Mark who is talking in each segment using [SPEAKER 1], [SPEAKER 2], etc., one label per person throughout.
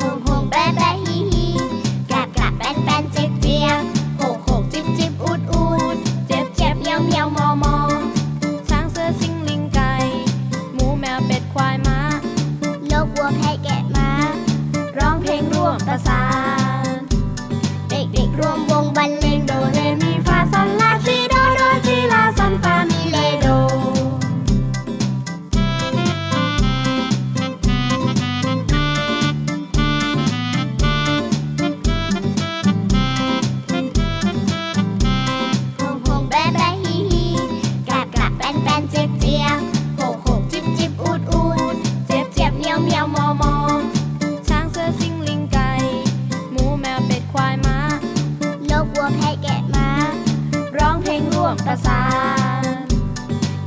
[SPEAKER 1] หงหงแปรแปรฮีฮีกลับกลับแปนแปนเจ็บเจียบหกหกจิบจิบอุดอุดเจ็บเจ็บเมียวเมียวมอมอ
[SPEAKER 2] ช้างเสือสิงลิงไก่ หมูแมวเป็ดควายม้า
[SPEAKER 1] นกวัวแพะแกะม้า
[SPEAKER 2] ร้องเพลงร่วมประสาน
[SPEAKER 1] เด็กเด็กๆรวมวงบรรเลงโดเรมีฟาซอนลาซีโดโดซีลาซอนฟามิเลโด หงหงแบะแบะฮีฮีกลับกลับแปนแปนเจ็บเจียบหกหกจิบจิบอูดอูดเจ็บเจ็บเมียวเมียวมอมอ
[SPEAKER 2] ช้างเสือสิงลิงไก่ หมูแมวเป็ดควายม้า
[SPEAKER 1] นกวัวแพะแกะม้า
[SPEAKER 2] ร้องเพลงร่วมประสาน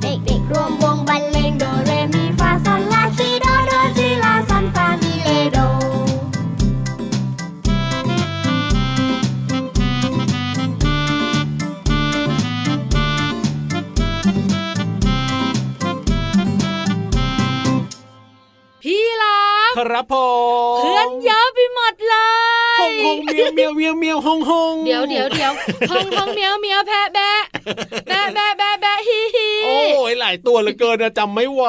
[SPEAKER 1] เด็กเด็กๆรวมวงบรรเลงโดเรมีฟาซอนลาซีโดโดจีลาซอนฟามิเลโด
[SPEAKER 2] พี่รัก
[SPEAKER 3] ครับผม
[SPEAKER 2] เพื่อนเยอะไปหมดเลย
[SPEAKER 3] หงหงเมียวเมียวเมียวเมียวหงหง
[SPEAKER 2] เดี๋ยวเดี๋ยวเดี๋ยวห้องห้องเมียวเมียวแพะแบะแบะแบะแบะแบะฮีฮี
[SPEAKER 3] โอ้ยหลายตัวเหลือเกินนะจำไม่ไหว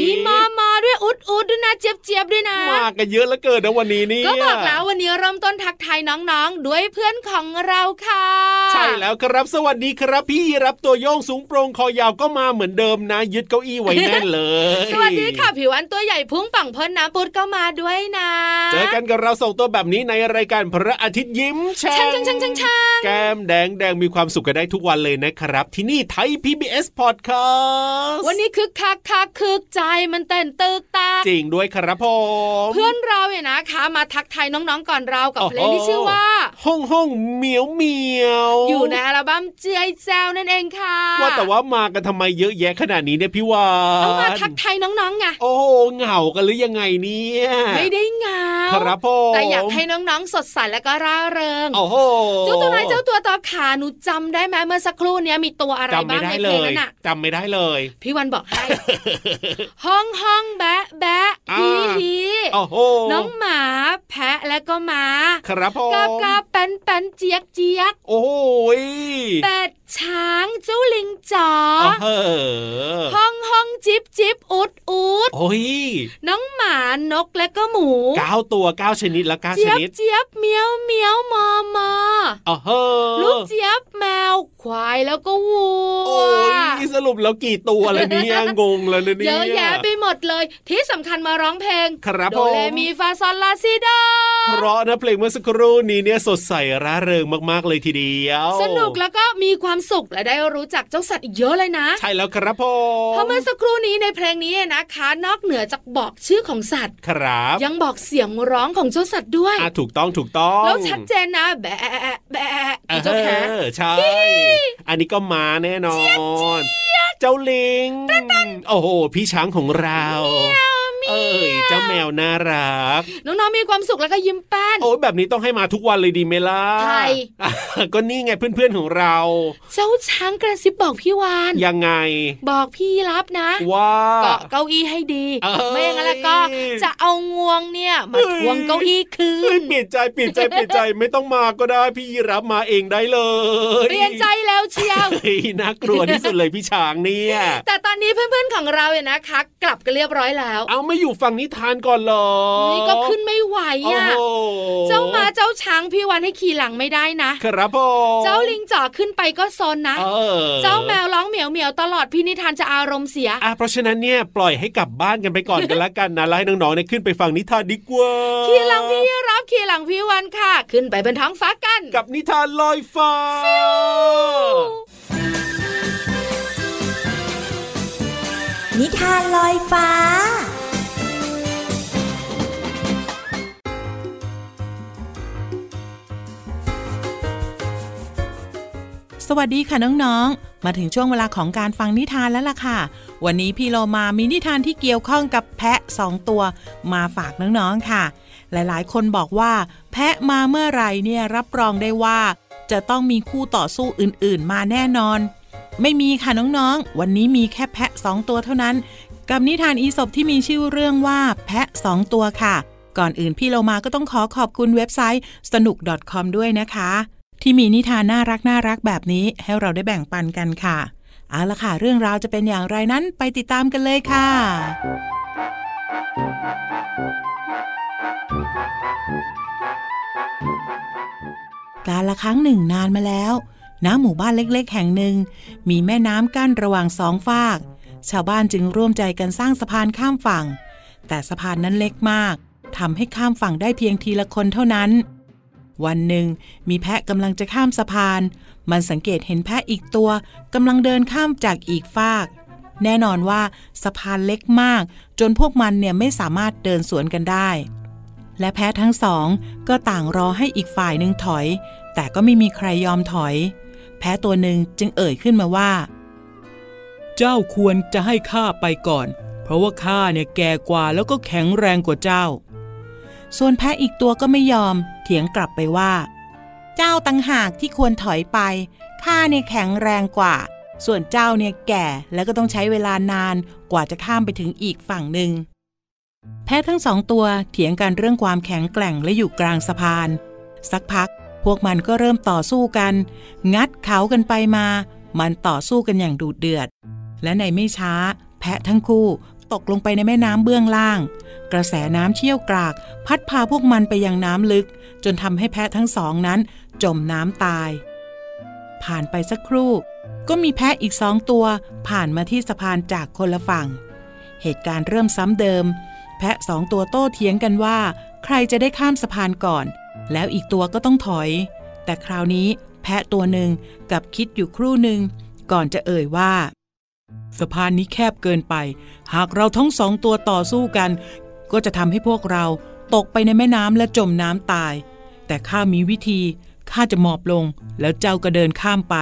[SPEAKER 2] มีมอมอด้วยอุดอุดด้วยนะเจี๊ยบเจี๊ยบด้วยนะ
[SPEAKER 3] มากันเยอะเหลือเกินนะวันนี้เนี่ย
[SPEAKER 2] ก็บอกแล้ววันนี้เริ่มต้นทักทายน้องๆ ด้วยเพื่อนของเราค่ะ
[SPEAKER 3] ใช่แล้วครับสวัสดีครับ พี่รับตัวโยงสูงโปรงคอยาวก็มาเหมือนเดิมนะ ยึดเก้าอี้ไว้แน่นเลย
[SPEAKER 2] สวัสดีค่ะผิวอันตัวใหญ่พุงปังเพิ่นน้ำปุดก็มาด้วยนะ
[SPEAKER 3] เจอกันกับเราส่งตัวแบบนี้ในรายการพระอาทิตย์ยิ้มแฉ่
[SPEAKER 2] ช่าง
[SPEAKER 3] ง
[SPEAKER 2] ช่างช่างช่างช่าง
[SPEAKER 3] แก้มแดงแดงมีความสุขกันได้ทุกวันเลยนะครับ ที่นี่ไทย PBS Podcast
[SPEAKER 2] วันนี้คึกคักคักคึกใจมันเต้นตึกตาก
[SPEAKER 3] จริงด้วยครับผม
[SPEAKER 2] เพื่อนเราเนี่ยนะคะ มาทักทายน้องๆก่อนเรากับ
[SPEAKER 3] โอ้
[SPEAKER 2] เพ
[SPEAKER 3] โห
[SPEAKER 2] ลงที่ชื่อว่า
[SPEAKER 3] ห้องห้องเหมียวเหมียว
[SPEAKER 2] อยู่ในอัลบั้มเจียแจวนั่นเองค่ะ
[SPEAKER 3] ว่าแต่ว่ามากันทำไมเยอะแยะขนาดนี้เนี่ยพี่วาน
[SPEAKER 2] เอามาทักทายน้องๆไง
[SPEAKER 3] โอ้โหเหงากันหรือยังไงเนี่ย
[SPEAKER 2] ไม่ได้เหงา
[SPEAKER 3] ครับผม
[SPEAKER 2] แต่อยากให้น้องๆสดใสและก็ร่าเริง
[SPEAKER 3] โอ้โห
[SPEAKER 2] เจ้าตัวไหนเจ้าตัวต่อขาหนูจำได้ไหมเมื่อสักครู่เนี้ยมีตัวอะไร
[SPEAKER 3] จำ
[SPEAKER 2] บ้า
[SPEAKER 3] ไม่
[SPEAKER 2] ง
[SPEAKER 3] ได้
[SPEAKER 2] ในเพ
[SPEAKER 3] เล
[SPEAKER 2] ลง
[SPEAKER 3] ย
[SPEAKER 2] นั้นอ่ะ
[SPEAKER 3] จำไม่ได้เลย
[SPEAKER 2] พี่วันบอกให้ ห้องห้องแบะแบะ
[SPEAKER 3] อ่า
[SPEAKER 2] ฮีฮี
[SPEAKER 3] โอ้โห
[SPEAKER 2] น้องหมาแพะและก็หมา
[SPEAKER 3] ครับผ
[SPEAKER 2] กาม บกาบแปนแปนเจียกเจียก
[SPEAKER 3] โอ้โหย
[SPEAKER 2] เป็ดช้างเจ้าลิงจ๋อ
[SPEAKER 3] อ๋อเหออ
[SPEAKER 2] ห้องห้องจิบจิบอุดอุด
[SPEAKER 3] โอ้ย
[SPEAKER 2] น้องหมานกและก็หมู
[SPEAKER 3] เก้าตัวเก้าชนิดแล้วเก้าช
[SPEAKER 2] เจี๊ยบ
[SPEAKER 3] นิด
[SPEAKER 2] เจี๊ยบเมียวเมียวมอมอ
[SPEAKER 3] อ๋อเหออ
[SPEAKER 2] ลูกเจี๊ยบแมวควายแล้วก็วัว
[SPEAKER 3] โอ้ยสรุปแล้วกี่ตัวแล้วเนี่ยงงแล้วนะเนี่ย
[SPEAKER 2] เยอะแยะไปหมดเลย ที่สำคัญมาร้องเพลง
[SPEAKER 3] ครับ
[SPEAKER 2] โด
[SPEAKER 3] ผม
[SPEAKER 2] เลมีฟาซอนลาซิโด
[SPEAKER 3] เพราะนะเพลงเมื่อสักครู่นี้เนี่ยสดใสร่าเริงมากๆเลยทีเดียว
[SPEAKER 2] สนุกแล้วก็มีความสุขและได้รู้จักเจ้าสัตว์อีกเยอะเลยนะ
[SPEAKER 3] ใช่แล้วครับผม
[SPEAKER 2] เพราะเมื่อสักครู่นี้ในเพลงนี้นะคะ นอกเหนือจากบอกชื่อของสัตว์
[SPEAKER 3] ครับ
[SPEAKER 2] ยังบอกเสียงร้องของเจ้าสัตว์ด้วย
[SPEAKER 3] อ่ะถูกต้องถูกต้อง
[SPEAKER 2] แล้วชัดเจนนะ แบะแบะคือเจ้าแพะ
[SPEAKER 3] เออใช่ อันนี้ก็มาแน่นอนเจ้าลิงโอ้โหพี่ช้างของเรา เอ้ยเจ้าแมวน่ารัก
[SPEAKER 2] น้องๆมีความสุขแล้วก็ยิ้มแป้น
[SPEAKER 3] โอ้ยแบบนี้ต้องให้มาทุกวันเลยดีไหมล่ะ
[SPEAKER 2] ใช่
[SPEAKER 3] ก็นี่ไงเพื่อนๆของเรา
[SPEAKER 2] เจ้าช้างกระซิบบอกพี่วาน
[SPEAKER 3] ยังไง
[SPEAKER 2] บอกพี่รับนะ
[SPEAKER 3] ว่า
[SPEAKER 2] เกาะเก้าอี้ให้ดี
[SPEAKER 3] เอ้ย
[SPEAKER 2] ไม่อย่างนั้นแล้วก็จะเอางวงเนี่ย มาทวงเก้าอี้คื
[SPEAKER 3] เฮ้ย
[SPEAKER 2] น
[SPEAKER 3] เปลี่ยนใจเปลี่ยนใจเปลี่ยนใจไม่ต้องมาก็ได้พี่ยีรับมาเองได้เลย
[SPEAKER 2] เปลี่ยนใจแล้วเชียว
[SPEAKER 3] เฮ้ยน่ากลัวที่สุดเลยพี่ช้างเนี่ย
[SPEAKER 2] แต่ตอนนี้เพื่อนๆของเราเนี่ยนะคะ กลับกันเรียบร้อยแล้ว
[SPEAKER 3] เอาไม่อยู่ฝั่งนิทานก่อนเหรอ
[SPEAKER 2] นี่ก็ขึ้นไม่ไหว
[SPEAKER 3] โอ้
[SPEAKER 2] อ่ะ
[SPEAKER 3] โห
[SPEAKER 2] เจ้ามาเจ้าช้างพี่วันให้ขี่หลังไม่ได้นะ
[SPEAKER 3] ครับผม
[SPEAKER 2] เจ้าลิงจ่อขึ้นไปก็โซนนะ
[SPEAKER 3] เออ
[SPEAKER 2] เจ้าแมวร้องเหมียวเหมียวๆตลอดพี่นิทานจะอารมณ์เสีย
[SPEAKER 3] อ่ะเพราะฉะนั้นเนี่ยปล่อยให้กลับบ้านกันไปก่อนกันละกันนะแล้วให้น้องๆเนี่ยขึ้นไปฟังนิทานดีกว่า
[SPEAKER 2] ขี่หลังพี่รับขี่หลังพี่วันค่ะ ขึ้นไปบนท้องฟ้ากัน
[SPEAKER 3] กับนิทานลอยฟ้า
[SPEAKER 4] นิทานลอยฟ้า
[SPEAKER 5] สวัสดีค่ะน้องๆ มาถึงช่วงเวลาของการฟังนิทานแล้วล่ะค่ะ วันนี้พี่โลมามีนิทานที่เกี่ยวข้องกับแพะสองตัว มาฝากน้องๆค่ะ หลายๆ คนบอกว่า แพะมาเมื่อไหร่เนี่ยรับรองได้ว่า จะต้องมีคู่ต่อสู้อื่นๆ มาแน่นอน ไม่มีค่ะน้องๆ วันนี้มีแค่แพะสองตัวเท่านั้น กับนิทานอีสบที่มีชื่อเรื่องว่าแพะสองตัวค่ะ ก่อนอื่นพี่โลมาก็ต้องขอขอบคุณเว็บไซต์สนุก .com ด้วยนะคะ ที่มีนิทานน่ารักน่ารักแบบนี้ให้เราได้แบ่งปันกันค่ะ เอาละค่ะ เรื่องราวจะเป็นอย่างไรนั้นไปติดตามกันเลยค่ะ การละครั้งหนึ่งนานมาแล้วณหมู่บ้านเล็กๆ แห่งหนึ่ง มีแม่น้ำกั้นระหว่างสองฝาก ชาวบ้านจึงร่วมใจกันสร้างสะพานข้ามฝั่ง แต่สะพานนั้นเล็กมากทำให้ข้ามฝั่งได้เพียงทีละคนเท่านั้น วันหนึ่ง มีแพะกำลังจะข้ามสะพาน มันสังเกตเห็นแพะอีกตัวกำลังเดินข้ามจากอีกฟาก แน่นอนว่าสะพานเล็กมาก จนพวกมันเนี่ยไม่สามารถเดินสวนกันได้ และแพ้ทั้งสองก็ต่างรอให้อีกฝ่ายหนึ่งถอย แต่ก็ไม่มีใครยอมถอย แพ้ตัวหนึ่งจึงเอ่ยขึ้นมาว่า เจ้าควรจะให้ข้าไปก่อน เพราะว่าข้าเนี่ยแก่กว่าแล้วก็แข็งแรงกว่าเจ้า ส่วนแพ้อีกตัวก็ไม่ยอม เถียงกลับไปว่า เจ้าตังหากที่ควรถอยไปข้าเนี่ยแข็งแรงกว่า ส่วนเจ้าเนี่ยแก่แล้วก็ต้องใช้เวลานานกว่าจะข้ามไปถึงอีกฝั่งหนึ่ง แพะทั้งสองตัวเถียงกันเรื่องความแข็งแกร่งและอยู่กลางสะพาน สักพัก พวกมันก็เริ่มต่อสู้กัน งัดเขากันไปมา มันต่อสู้กันอย่างดุเดือด และในไม่ช้า แพะทั้งคู่ ตกลงไปในแม่น้ำเบื้องล่าง กระแสน้ำเชี่ยวกราก พัดพาพวกมันไปยังน้ำลึก จนทำให้แพะทั้งสองนั้น จมน้ำตาย ผ่านไปสักครู่ ก็มีแพะอีกสองตัว ผ่านมาที่สะพานจากคนละฝั่ง เหตุการณ์เริ่มซ้ำเดิม แพะสองตัวโต้เถียงกันว่า ใครจะได้ข้ามสะพานก่อน แล้วอีกตัวก็ต้องถอย แต่คราวนี้แพะตัวหนึ่งกลับคิดอยู่ครู่หนึ่ง ก่อนจะเอ่ยว่า สะพานนี้แคบเกินไป หากเราทั้งสองตัวต่อสู้กัน ก็จะทำให้พวกเราตกไปในแม่น้ำและจมน้ำตาย แต่ข้ามีวิธีข้าจะหมอบลง แล้วเจ้าก็เดินข้ามไป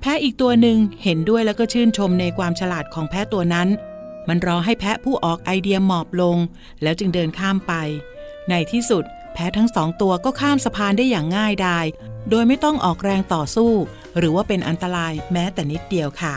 [SPEAKER 5] แพะอีกตัวหนึ่งเห็นด้วยแล้วก็ชื่นชมในความฉลาดของแพะตัวนั้น มันรอให้แพะผู้ออกไอเดียหมอบลง แล้วจึงเดินข้ามไป ในที่สุด แพะทั้งสองตัวก็ข้ามสะพานได้อย่างง่ายดาย โดยไม่ต้องออกแรงต่อสู้ หรือว่าเป็นอันตรายแม้แต่นิดเดียวค่ะ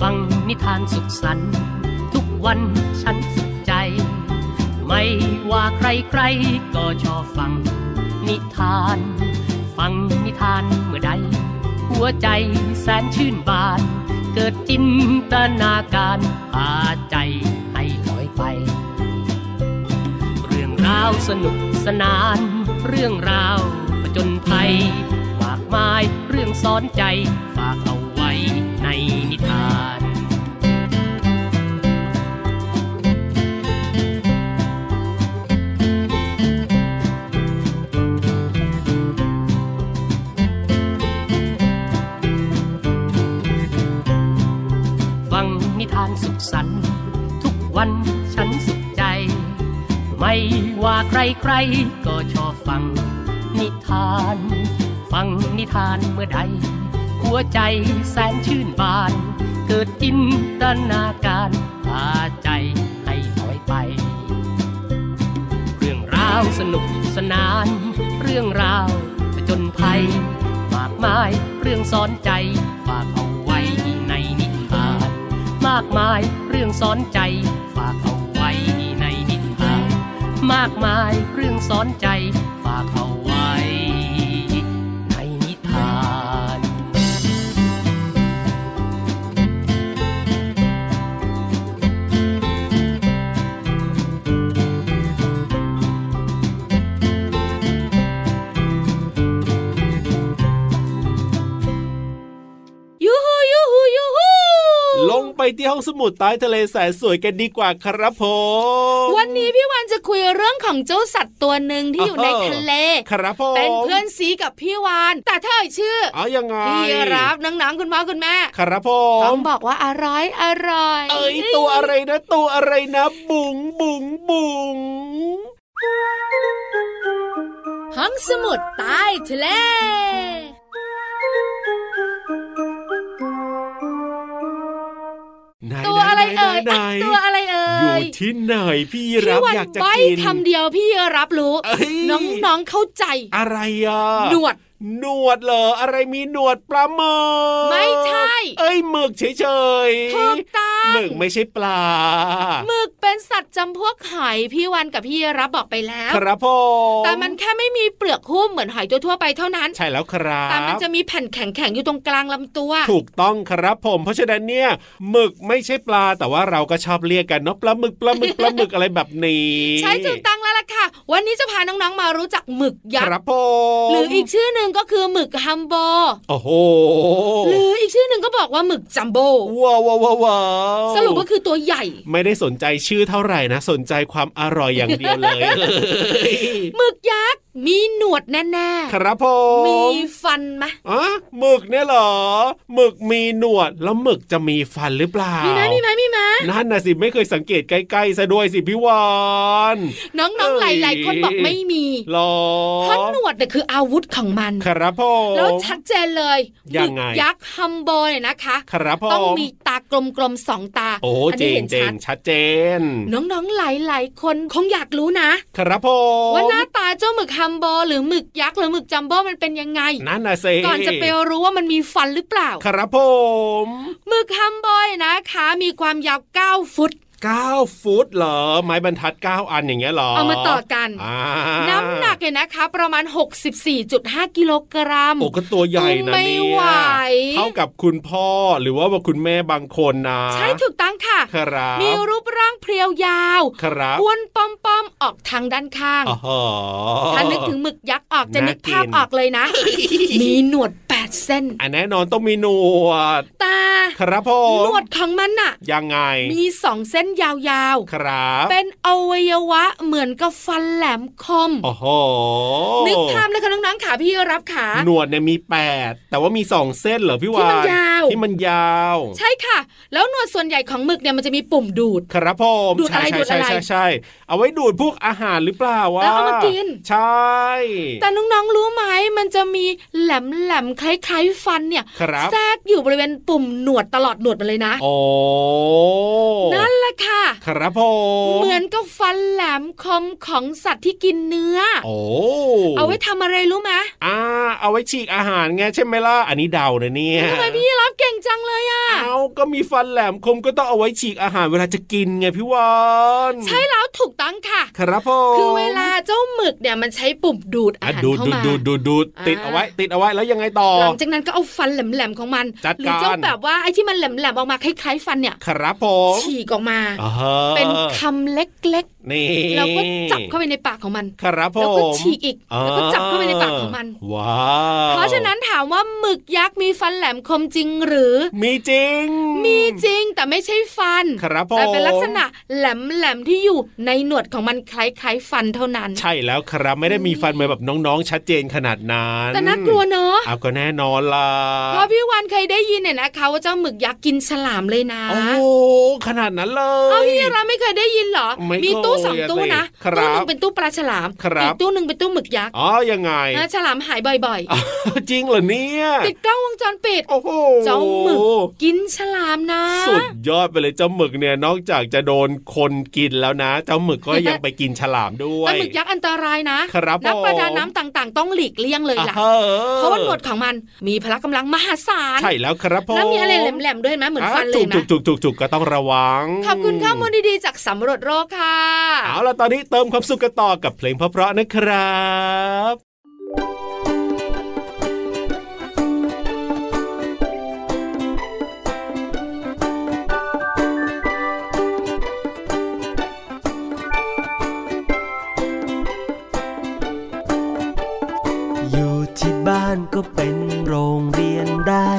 [SPEAKER 6] ฟังนิทานสุขสันต์ทุกวันฉันสุขใจ ไม่ว่าใครใครๆก็ชอบฟังนิทาน ฟังนิทานเมื่อใด หัวใจแสนชื่นบาน เกิดจินตนาการพาใจให้ลอยไป เรื่องราวสนุกสนาน เรื่องราวผจญภัย มากมายเรื่องสอนใจ ฝากเอาไว้ในนิทาน ฟังนิทานสุขสันต์ทุกวันฉันสุขใจ ไม่ว่าใครใครๆก็ชอบฟังนิทาน ฟังนิทานเมื่อใด หัวใจแสนชื่นบาน เกิดจินตนาการพาใจให้ลอยไป เรื่องราวสนุกสนาน เรื่องราวผจญภัย มากมายเรื่องสอนใจ ฝากเอาไว้ในนิทาน มากมายเรื่องสอนใจ ฝากเอาไว้ในนิทาน มากมายเรื่องสอนใจ ฝากเอาไว้ในนิทาน
[SPEAKER 2] ยูฮูยูฮูยูฮู
[SPEAKER 3] ลงไปที่ห้ องสมุดใต้ทะเลแสนสวยกันดีกว่าครับผม
[SPEAKER 2] วันนี้พี่วันจะคุยเรื่องของเจ้าสัตว์ตัวหนึ่งที่อยู่ใน
[SPEAKER 3] เออ
[SPEAKER 2] ทะเล
[SPEAKER 3] ครับผม
[SPEAKER 2] เป็นเพื่อนซีกับพี่วานแต่ถ้าเอ่ยชื่อ
[SPEAKER 3] อ๋อยังไง
[SPEAKER 2] พี่รับน้องๆคุณพ่อคุณแม่
[SPEAKER 3] ครับผ
[SPEAKER 2] ต้
[SPEAKER 3] ม
[SPEAKER 2] องบอกว่าอร่อยอร่อย
[SPEAKER 3] เอ้ยตัวอะไรนะตัวอะไรนะ บุ๋งบุ๋งบุ๋ง
[SPEAKER 2] ห้องสมุดใต้ทะเล
[SPEAKER 3] ไหน
[SPEAKER 2] ตัวอะไรเอ่ย
[SPEAKER 3] ไหน
[SPEAKER 2] อ่ะ
[SPEAKER 3] ไหน
[SPEAKER 2] ตัวอะไรเอ่
[SPEAKER 3] อยู่
[SPEAKER 2] ย
[SPEAKER 3] ที่ไหนพี่
[SPEAKER 2] พี่
[SPEAKER 3] รับ
[SPEAKER 2] วั
[SPEAKER 3] อยากจะ
[SPEAKER 2] ใบ
[SPEAKER 3] กิน
[SPEAKER 2] คำเดียวพี่รับรู้
[SPEAKER 3] เอ้ย
[SPEAKER 2] น้องๆเข้าใจ
[SPEAKER 3] อะไรอ่ะ
[SPEAKER 2] หนวด
[SPEAKER 3] หนวดเหรออะไรมีหนวดปลาหมึก
[SPEAKER 2] ไม่ใช่
[SPEAKER 3] เอ้ยหมึกเฉยๆ
[SPEAKER 2] ถูกต้อง
[SPEAKER 3] หมึกไม่ใช่ปลา
[SPEAKER 2] หมึกเป็นสัตว์จำพวกหอยพี่วันกับพี่รับบอกไปแล้ว
[SPEAKER 3] ครับผม
[SPEAKER 2] แต่มันแค่ไม่มีเปลือกหุ้มเหมือนหอยทั่วๆไปเท่านั้น
[SPEAKER 3] ใช่แล้วครับ
[SPEAKER 2] แต่มันจะมีแผ่นแข็งๆอยู่ตรงกลางลำตัว
[SPEAKER 3] ถูกต้องครับผม เพราะฉะนั้นเนี่ยหมึกไม่ใช่ปลาแต่ว่าเราก็ชอบเรียกกันเนาะปลาหมึกปลาหมึกปลาหมึกอะไรแบบนี้
[SPEAKER 2] ใช้ถูกต้องแล้วล่ะค่ะ วันนี้จะพาน้องๆมารู้จักหมึกยัก
[SPEAKER 3] ครั
[SPEAKER 2] ษ์
[SPEAKER 3] บผม
[SPEAKER 2] หรืออีกชื่อหนึ่งก็คือหมึกฮัมโบ
[SPEAKER 3] โอ้โห
[SPEAKER 2] หรืออีกชื่อหนึ่งก็บอกว่าหมึกจัมโบ
[SPEAKER 3] ว้าวว้าวว้าวว้าว
[SPEAKER 2] สรุปก็คือตัวใหญ่
[SPEAKER 3] ไม่ได้สนใจชื่อเท่าไหร่นะ สนใจความอร่อยอย่างเดียว เลย
[SPEAKER 2] หมึกยักษ์มีหนวดแน่
[SPEAKER 3] ครับผ
[SPEAKER 2] ๆ
[SPEAKER 3] ม
[SPEAKER 2] มีฟันไหม
[SPEAKER 3] อ่ะหมึกเนี่ยเหรอหมึกมีหนวดแล้วหมึกจะมีฟันหรือเปล่า
[SPEAKER 2] มีไหมมีไหมมีไหม
[SPEAKER 3] นั่นนะสิไม่เคยสังเกตใกล้ๆซะด้วยสิพี่วาน
[SPEAKER 2] น้องๆหลายๆคนบอกไม่มี
[SPEAKER 3] หรอ
[SPEAKER 2] เพราะหนวดเนี่ยคืออาวุธของมัน
[SPEAKER 3] ครับผม
[SPEAKER 2] แล้วชัดเจนเลยห
[SPEAKER 3] ยั
[SPEAKER 2] มึ
[SPEAKER 3] ง
[SPEAKER 2] ก
[SPEAKER 3] ไง
[SPEAKER 2] ยักษ์ฮัมโบเนี่ยนะคะ
[SPEAKER 3] ครับผม
[SPEAKER 2] ต้องมีตากลมๆสองตา
[SPEAKER 3] โอ้
[SPEAKER 2] อัน
[SPEAKER 3] เจ
[SPEAKER 2] นี้
[SPEAKER 3] ง
[SPEAKER 2] เห็น
[SPEAKER 3] เจ
[SPEAKER 2] ชั
[SPEAKER 3] ง
[SPEAKER 2] ด
[SPEAKER 3] ชัดเจน
[SPEAKER 2] น้องๆ หลายๆ คนคงอยากรู้นะ
[SPEAKER 3] ครับผม
[SPEAKER 2] ว่าหน้าตาเจ้าหมึกฮัมโบหรือหมึกยักษ์หรือหมึกจัมโบ้มันเป็นยังไง
[SPEAKER 3] นั่นนะสิ
[SPEAKER 2] ก่อนจะไปรู้ว่ามันมีฟันหรือเปล่า
[SPEAKER 3] ครับผม
[SPEAKER 2] หมึกฮัมโบนะคะ มีความยาว 9 ฟุต
[SPEAKER 3] 9ฟุตเหรอ ไม้บรรทัด 9 อันอย่างเงี้ยเหรอ
[SPEAKER 2] เอามาต่อกัน
[SPEAKER 3] อ่า
[SPEAKER 2] น้ำหนักเนี่ยนะคะ ประมาณ 64.5 กิโลกรัม
[SPEAKER 3] โอ้ก็ตัวใหญ่นะ
[SPEAKER 2] ไม่
[SPEAKER 3] เนี่ย
[SPEAKER 2] ไหว
[SPEAKER 3] เท่ากับคุณพ่อหรือว่าคุณแม่บางคนนะ
[SPEAKER 2] ใช่ถูกต้องค่ะ
[SPEAKER 3] ครับ
[SPEAKER 2] มีรูปร่างเพรียวยาว
[SPEAKER 3] ครับ
[SPEAKER 2] อ้วนป้อมๆ ออกทางด้านข้าง
[SPEAKER 3] อ๋อ
[SPEAKER 2] ถ้านึกถึงหมึกยักษ์ออกจะนึกภาพ
[SPEAKER 3] น่ากิน
[SPEAKER 2] ออกเลยนะ มีหนวด 8 เส้น
[SPEAKER 3] อันแน่นอนต้องมีหนวด
[SPEAKER 2] ตา
[SPEAKER 3] ครับผ
[SPEAKER 2] ห
[SPEAKER 3] ม
[SPEAKER 2] นวดของมันน่ะ
[SPEAKER 3] ยังไง
[SPEAKER 2] มีสองเส้นยาว
[SPEAKER 3] ครับ
[SPEAKER 2] ๆ เป็นอวัยวะเหมือนกับฟันแหลมคม
[SPEAKER 3] โอ้โห
[SPEAKER 2] นึกภาพนะคะน้องๆขาพี่รับขา
[SPEAKER 3] หนวดเนี่ยมีแปดแต่ว่ามีสองเส้นเหรอพี่วา
[SPEAKER 2] ที่
[SPEAKER 3] น
[SPEAKER 2] มันยาว
[SPEAKER 3] ที่มันยาว
[SPEAKER 2] ใช่ค่ะ แล้วหนวดส่วนใหญ่ของหมึกเนี่ยมันจะมีปุ่มดูด
[SPEAKER 3] ครับผม
[SPEAKER 2] ดูดอะไร
[SPEAKER 3] ใช่
[SPEAKER 2] ดูด
[SPEAKER 3] ใช่
[SPEAKER 2] อะไร
[SPEAKER 3] ใช่ใช่เอาไว้ดูดพวกอาหารหรือเปล่าวะ
[SPEAKER 2] แล้วเอามากิน
[SPEAKER 3] ใช่
[SPEAKER 2] แต่น้องๆรู้ไหมมันจะมีแหลมๆคล้ายๆฟันเนี่ย
[SPEAKER 3] ครับ
[SPEAKER 2] แทรกอยู่บริเวณปุ่มหนวดตลอดหนวดมันเลยนะ
[SPEAKER 3] โอ้
[SPEAKER 2] นั่นแหละค่ะ
[SPEAKER 3] ครับผม
[SPEAKER 2] เหมือนกับฟันแหลมคมของสัตว์ที่กินเนื้อ
[SPEAKER 3] โอ้
[SPEAKER 2] เอาไว้ทำอะไรรู้ไหม
[SPEAKER 3] อ่าเอาไว้ฉีกอาหารไงใช่ไหมล่ะอันนี้เดานะเนี่ย
[SPEAKER 2] ทำไมพี่รับเก่งจังเลยอ่ะ
[SPEAKER 3] เอาก็มีฟันแหลมคมก็ต้องเอาไว้ฉีกอาหารเวลาจะกินไงพี่วาน
[SPEAKER 2] ใช่แล้วถูกต้องค่ะ
[SPEAKER 3] ครับผม
[SPEAKER 2] คือเวลาเจ้าหมึกเนี่ยมันใช้ปุ่มดูดอา
[SPEAKER 3] อ่ะ
[SPEAKER 2] หาร
[SPEAKER 3] ดูด
[SPEAKER 2] เข้า
[SPEAKER 3] ดูด
[SPEAKER 2] มา
[SPEAKER 3] ดูดดูดดูด
[SPEAKER 2] อ่า
[SPEAKER 3] ติดเอาไว้ ติดเอาไว้แล้วยังไงต่อ
[SPEAKER 2] หลังจากนั้นก็เอาฟันแหลมๆของมัน
[SPEAKER 3] จัดการ
[SPEAKER 2] หรืเจ้าแบบว่าไอ้ที่มันแหลมๆออกมาคล้ายๆฟันเนี่ย
[SPEAKER 3] ครับผม
[SPEAKER 2] ฉีกออกมา
[SPEAKER 3] อ่า
[SPEAKER 2] เป็นคำเล็ก
[SPEAKER 3] นี่
[SPEAKER 2] ๆ แล้วก็จับเข้าไปในปากของมัน
[SPEAKER 3] ครับผม
[SPEAKER 2] แล้วก็ฉีกอีกแล้วก็จับเข้าไปในปากของมัน
[SPEAKER 3] ว้าว
[SPEAKER 2] เพราะฉะนั้นถามว่าหมึกยักษ์มีฟันแหลมคมจริงหรือ
[SPEAKER 3] มีจริง
[SPEAKER 2] มีจริงแต่ไม่ใช่ฟัน
[SPEAKER 3] ครับผม
[SPEAKER 2] แต่เป็นลักษณะแหลมๆที่อยู่ในหนวดของมันคล้ายๆฟันเท่านั้น
[SPEAKER 3] ใช่แล้วครับไม่ได้มีฟันเหมือนแบบน้องๆ ชัดเจนขนาดนั้น
[SPEAKER 2] แต่น่ากลัวเนอะ
[SPEAKER 3] เอาก็แน่นอนล่ะ
[SPEAKER 2] เพราะพี่วันเคยได้ยินเนี่ยนะคะว่าเจ้าหมึกยักษ์กินฉลามเลยนะ
[SPEAKER 3] โอ้โหขนาดนั้นเลย
[SPEAKER 2] เอาพี่เราไม่เคยได้ยินเหรอ
[SPEAKER 3] ไม่
[SPEAKER 2] มีตู้สอง
[SPEAKER 3] เคยอะสิ
[SPEAKER 2] ตู้นะ
[SPEAKER 3] ครั
[SPEAKER 2] ตู้ห
[SPEAKER 3] บ
[SPEAKER 2] นึ่งเป็นตู้ปลาฉลาม
[SPEAKER 3] ครับ
[SPEAKER 2] อีกตู้หนึ่งเป็นตู้หมึกยักษ์
[SPEAKER 3] อ๋อยังไง
[SPEAKER 2] นะฉลามหายบ่อย
[SPEAKER 3] อ้าวจริงเหรอเนี่ย
[SPEAKER 2] ๆ ติดกล้องวงจรปิด
[SPEAKER 3] โอ้โห
[SPEAKER 2] เจ้าหมึกกินฉลามนะ
[SPEAKER 3] สุดยอดไปเลยเจ้าหมึกเนี่ยนอกจากจะโดนคนกินแล้วนะ เจ้าหมึกก็ยังไปกินฉลามด้วย
[SPEAKER 2] แต่หมึกยักษ์อันตรายนะครับ นักประดา
[SPEAKER 3] ผม
[SPEAKER 2] น้ำต่างๆ ต้องหลีกเลี่ยงเลยล่ะ
[SPEAKER 3] อ่
[SPEAKER 2] เพราะว่าหนวดของมันมีพละกำลังมหาศาล
[SPEAKER 3] ใช่แล้วครับผม
[SPEAKER 2] แล้วมีอะไรแหลมๆด้วยไหมเหมือนฟันเลยไหม
[SPEAKER 3] ถูกถูกถูกถูกก็ต้องระวัง
[SPEAKER 2] ขอบคุณข้อมูลดีๆ จากสำรวจโรคค่ะ
[SPEAKER 3] เอาล่ะตอนนี้เติมความสุขกันต่อกับเพลงเพราะๆนะครับ
[SPEAKER 7] อยู่ที่บ้านก็เป็นโรงเรียนได้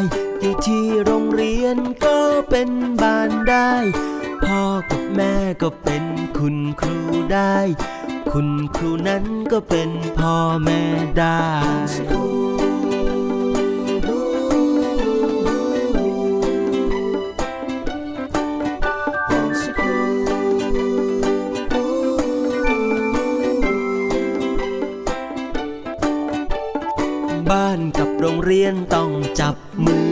[SPEAKER 7] อยู่ที่โรงเรียนก็เป็นบ้านได้ แม่ก็เป็นคุณครูได้ คุณครูนั้นก็เป็นพ่อแม่ได้ บ้านกับโรงเรียนต้องจับมือ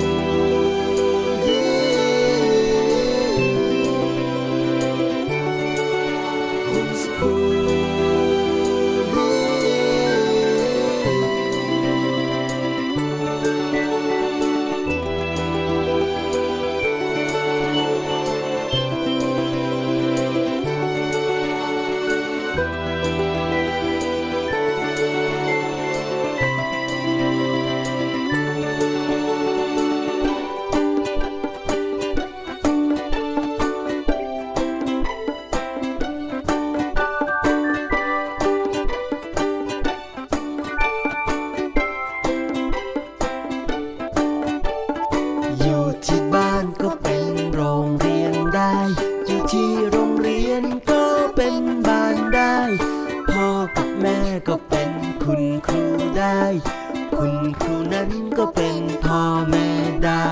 [SPEAKER 7] อยู่ที่บ้านก็เป็นโรงเรียนได้ อยู่ที่โรงเรียนก็เป็นบ้านได้ พ่อกับแม่ก็เป็นคุณครูได้ คุณครูนั้นก็เป็นพ่อแม่ได้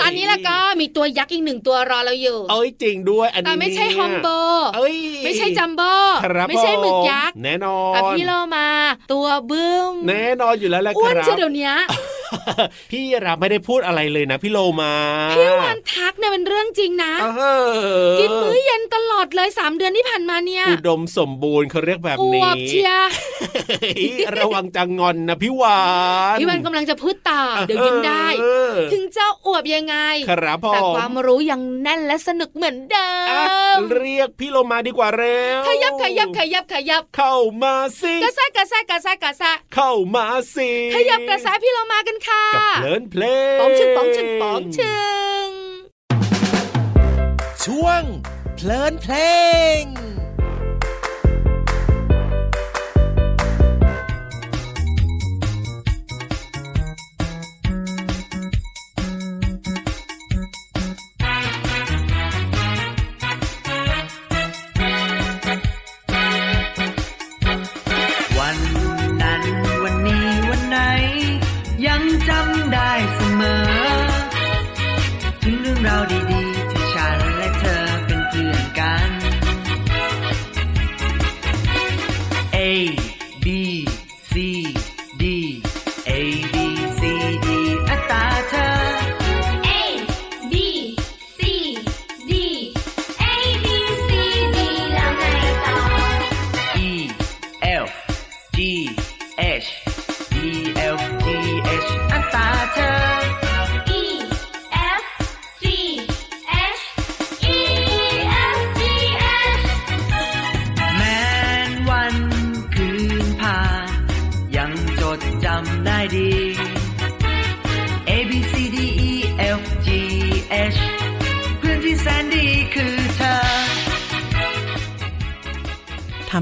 [SPEAKER 2] ตอนนี้แล้วก็มีตัวยักษ์อีกหนึ่งตัวรอเราอยู่
[SPEAKER 3] เอ้ยจริงด้วยอันนี้
[SPEAKER 2] แต่ไม่ใช่ฮอมโบ
[SPEAKER 3] เอ้ย
[SPEAKER 2] ไม่ใช่จัมโบ้
[SPEAKER 3] ครับ
[SPEAKER 2] ไม่ใช่หมึกยักษ์
[SPEAKER 3] แน่นอ
[SPEAKER 2] แต่
[SPEAKER 3] น
[SPEAKER 2] พี่โลมา ตัวบึ้ม
[SPEAKER 3] แน่นอนอยู่แล้วแหละ
[SPEAKER 2] อ้
[SPEAKER 3] ค
[SPEAKER 2] วน
[SPEAKER 3] รับ
[SPEAKER 2] เชียวเดี๋ยวเนี้ย
[SPEAKER 3] พี่รับไม่ได้พูดอะไรเลยนะพี่โลมา
[SPEAKER 2] พี่วานทักเนี่ยเป็นเรื่องจริงนะ
[SPEAKER 3] เออ
[SPEAKER 2] กินมื้อเย็นตลอดเลยสามเดือนที่ผ่านมาเนี่ย
[SPEAKER 3] อุดมสมบูรณ์เขาเรียกแบบ
[SPEAKER 2] อ
[SPEAKER 3] นี้
[SPEAKER 2] วบเชียร์
[SPEAKER 3] เฮ้ยระวังจังงอนนะพี่วาน
[SPEAKER 2] พี่วานกำลังจะพูดต่อเดี๋ยวยิ้มได้
[SPEAKER 3] เออ
[SPEAKER 2] ถึงเจ้าอวบยังไง
[SPEAKER 3] ครับพ่อ
[SPEAKER 2] แต่ความรู้ยังแน่นและสนุกเหมือนเดิม
[SPEAKER 3] เรียกพี่โลมาดีกว่าเร็ว
[SPEAKER 2] ขยับขยับขยับขยับ
[SPEAKER 3] เข้ามาสิ
[SPEAKER 2] กระแซะกระแซะกระแซะกระแซะ
[SPEAKER 3] เข้ามาสิ
[SPEAKER 2] ขยับกระแซะพี่เรามากันค่ะ
[SPEAKER 3] กับเพลินเพลง
[SPEAKER 2] ป๋องชึงป๋องชึงป๋องชึง
[SPEAKER 3] ช่วงเพลินเพลง
[SPEAKER 7] วันนั้นวันนี้วันไหน ยังจำได้เสมอ ถึงเรื่องราวดีๆ ที่ฉันและเธอเป็นเพื่อนกัน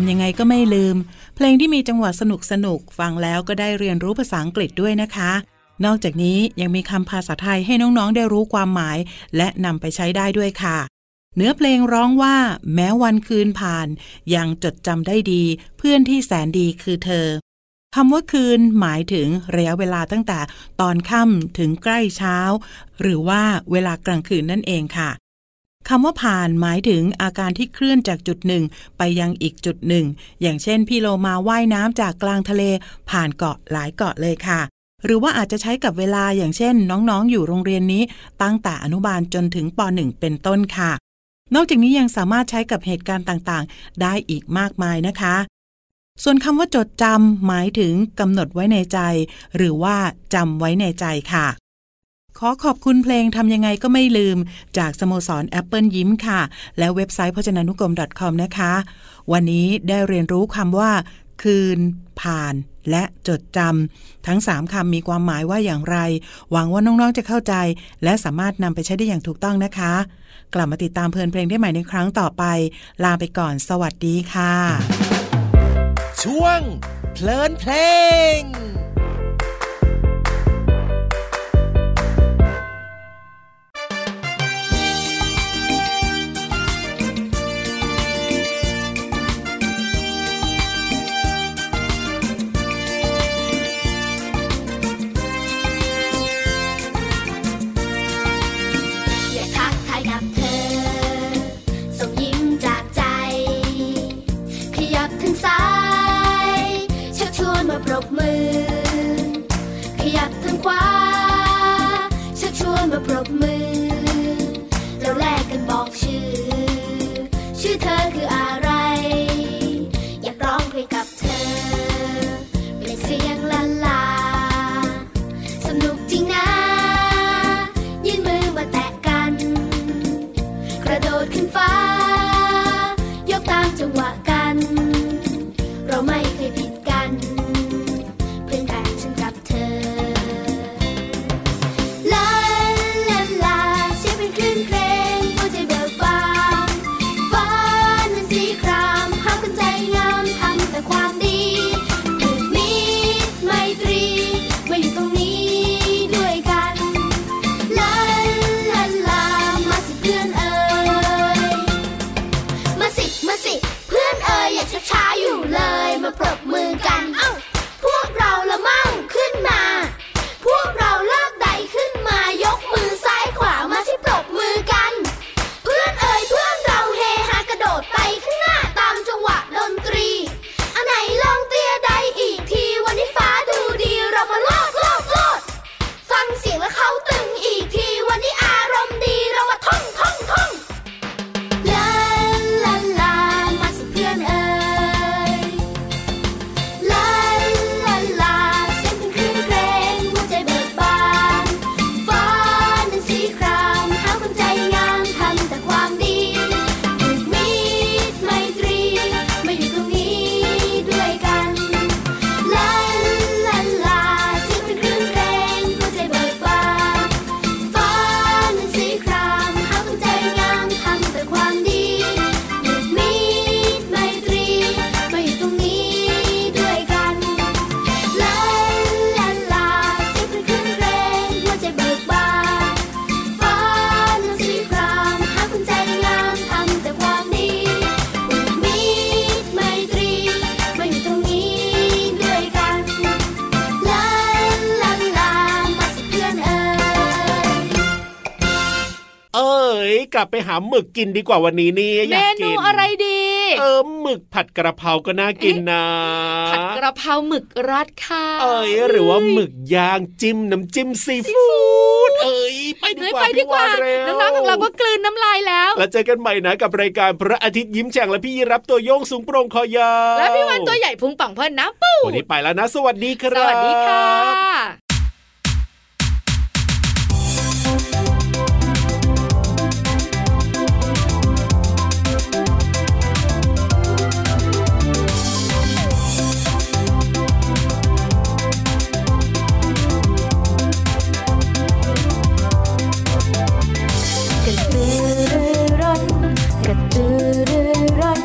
[SPEAKER 5] ำยังไงก็ไม่ลืม เพลงที่มีจังหวะสนุกสนุกๆฟังแล้วก็ได้เรียนรู้ภาษาอังกฤษด้วยนะคะ นอกจากนี้ยังมีคำภาษาไทยให้น้องๆได้รู้ความหมาย และนำไปใช้ได้ด้วยค่ะ เนื้อเพลงร้องว่า แม้วันคืนผ่าน ยังจดจำได้ดี เพื่อนที่แสนดีคือเธอ คำว่าคืนหมายถึงระยะเวลาตั้งแต่ตอนค่ำถึงใกล้เช้า หรือว่าเวลากลางคืนนั่นเองค่ะ คำว่าผ่านหมายถึงอาการที่เคลื่อนจากจุดหนึ่ง ไปยังอีกจุดหนึ่ง อย่างเช่นพี่โลมาว่ายน้ำจากกลางทะเล ผ่านเกาะหลายเกาะเลยค่ะ หรือว่าอาจจะใช้กับเวลาอย่างเช่น น้องๆ อยู่โรงเรียนนี้ ตั้งแต่อนุบาลจนถึงป .1 เป็นต้นค่ะ นอกจากนี้ยังสามารถใช้กับเหตุการณ์ต่างๆ ได้อีกมากมายนะคะ ส่วนคำว่าจดจำหมายถึงกำหนดไว้ในใจ หรือว่าจำไว้ในใจค่ะ ขอขอบคุณเพลงทำยังไงก็ไม่ลืม จากสโมสร Apple ยิ้มค่ะ และเว็บไซต์พจนานุกรม .com นะคะ วันนี้ได้เรียนรู้คำว่า คืน ผ่าน และจดจำทั้ง 3คำมีความหมายว่าอย่างไร หวังว่าน้อง ๆ จะเข้าใจ และสามารถนำไปใช้ได้อย่างถูกต้องนะคะ กลับมาติดตามเพลินเพลงได้ใหม่ในครั้งต่อไป ลาไปก่อน สวัสดีค่ะ
[SPEAKER 8] ช่วงเพลินเพลง
[SPEAKER 9] อย่าทักทายกับเธอ ส่งยิ้มจากใจ ขยับขึ้นซ้ายชักชวนมาปรบมือ ขยับขึ้นขวาชักชวนมาปรบมือ เราแลกกันบอกชื่อ ชื่อเธอคืออะไร อยากร้องเพลงกับเธอเปล่งเสียงละลา สนุกจริงนะ ยื่นมือมาแตะกัน กระโดดขึ้นฟ้า ยกตามจังหวะกัน เราไม่เคยผิดกัน เพื่อนกันฉันกับเธอ ลาลาลาเสียงเป็นคลื่นเพลงหัวใจเบิกบานฟ้านั้นสีครามหาคนใจงามทำแต่ความดีผูกมิตรไมตรีมาอยู่ตรงนี้ด้วยกัน ลาลาลามาสิเพื่อนเอ่ย มาสิ มาสิ เพื่อนเอ่ยอย่าช้าช้าๆอยู่เลย มาปรบมือกัน เอ้า พวกเราละมั่งขึ้นมา พวกเราเลิกใดขึ้นมายกมือซ้ายขวามาสิปรบมือกัน เพื่อนเอ่ยเพื่อนเราเฮฮากระโดดไปข้างหน้าตามจังหวะดนตรี อันไหนลองเตียใดอีกทีวันนี้ฟ้าดูดีเรามาโลดโลดโลด ฟังเสียงแล้วเขาตึงอีกทีวันนี้อารมณ์ดีเรามาท่องท่องท่อง ลาลาลา มาสิเพื่อนเอ่ย ลาลาลาเสียงเป็นคลื่นเพลงหัวใจเบิกบาน ฟ้านั้นสีครามหาคนใจงามทำแต่ความดีผูกมิตรไมตรีมาอยู่ตรงนี้ด้วยกัน ลาลาลาเสียงเป็นคลื่นเพลงหัวใจเบิกบาน ฟ้านั้นสีครามหาคนใจงามทำแต่ความดีผูกมิตรไมตรีมาอยู่ตรงนี้ด้วยกัน ลาลาลาเสียงเป็นคลื่นเพลงหัวใจเบิกบาน ฟ้านั้นสีครามหาคนใจงามทำแต่ความดีผูกมิตรไมตรีมาอยู่ตรงนี้ด้วยกัน ลาลาลา มาสิเพื่อนเอ่ย
[SPEAKER 3] เอ้ยกลับไปหาหมึกกินดีกว่าวันนี้เนี่ยอ
[SPEAKER 2] เม
[SPEAKER 3] ยาก
[SPEAKER 2] นู
[SPEAKER 3] กิน
[SPEAKER 2] อะไรดี
[SPEAKER 3] เออหมึกผัดกระเพราก็น่ากินนะ
[SPEAKER 2] ผัดกระเพราหมึกราดข้าว
[SPEAKER 3] เอ้ยหรือว่าหมึกย่างจิ้มน้ำจิ้มซีฟู้ดเอ้ยไปดี
[SPEAKER 2] เฮ้ย
[SPEAKER 3] กว่า
[SPEAKER 2] ไปดีกว่า
[SPEAKER 3] พี่นเร็ว
[SPEAKER 2] น้องๆของเราก็กลืนน้ำลายแล้ว
[SPEAKER 3] แล้วเจอกันใหม่นะกับรายการพระอาทิตย์ยิ้มแฉ่งและพี่รับตัวโยงสูงโปร่งคอยาว
[SPEAKER 2] แล้วพี่วันตัวใหญ่พุงป่องเพิ่นน้ำปู
[SPEAKER 3] วันนี้ไปแล้วนะ สวัสดีครั
[SPEAKER 2] ส
[SPEAKER 3] บ
[SPEAKER 2] วัสดีค่ะ
[SPEAKER 9] กระตือรือร้นกระตือรือร้น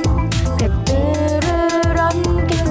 [SPEAKER 9] กระตือรือ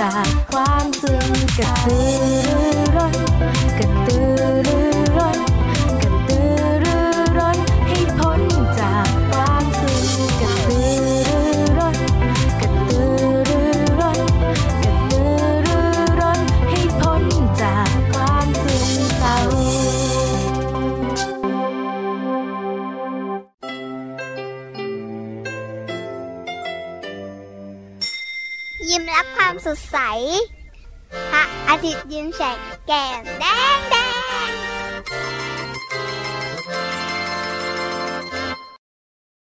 [SPEAKER 4] จากความซึ้งกระตือรือร้นกระตือรือร้นกระตือรือร้นให้พ้นจากความซึ้งกระตือรือร้นกระตือรือร้นกระตือรือร้นให้พ้นจากความซึ้งเศร้า
[SPEAKER 10] ยิ้มรับความสดใส พระอาทิตย์ยิ้มแฉกแก้มแดงแด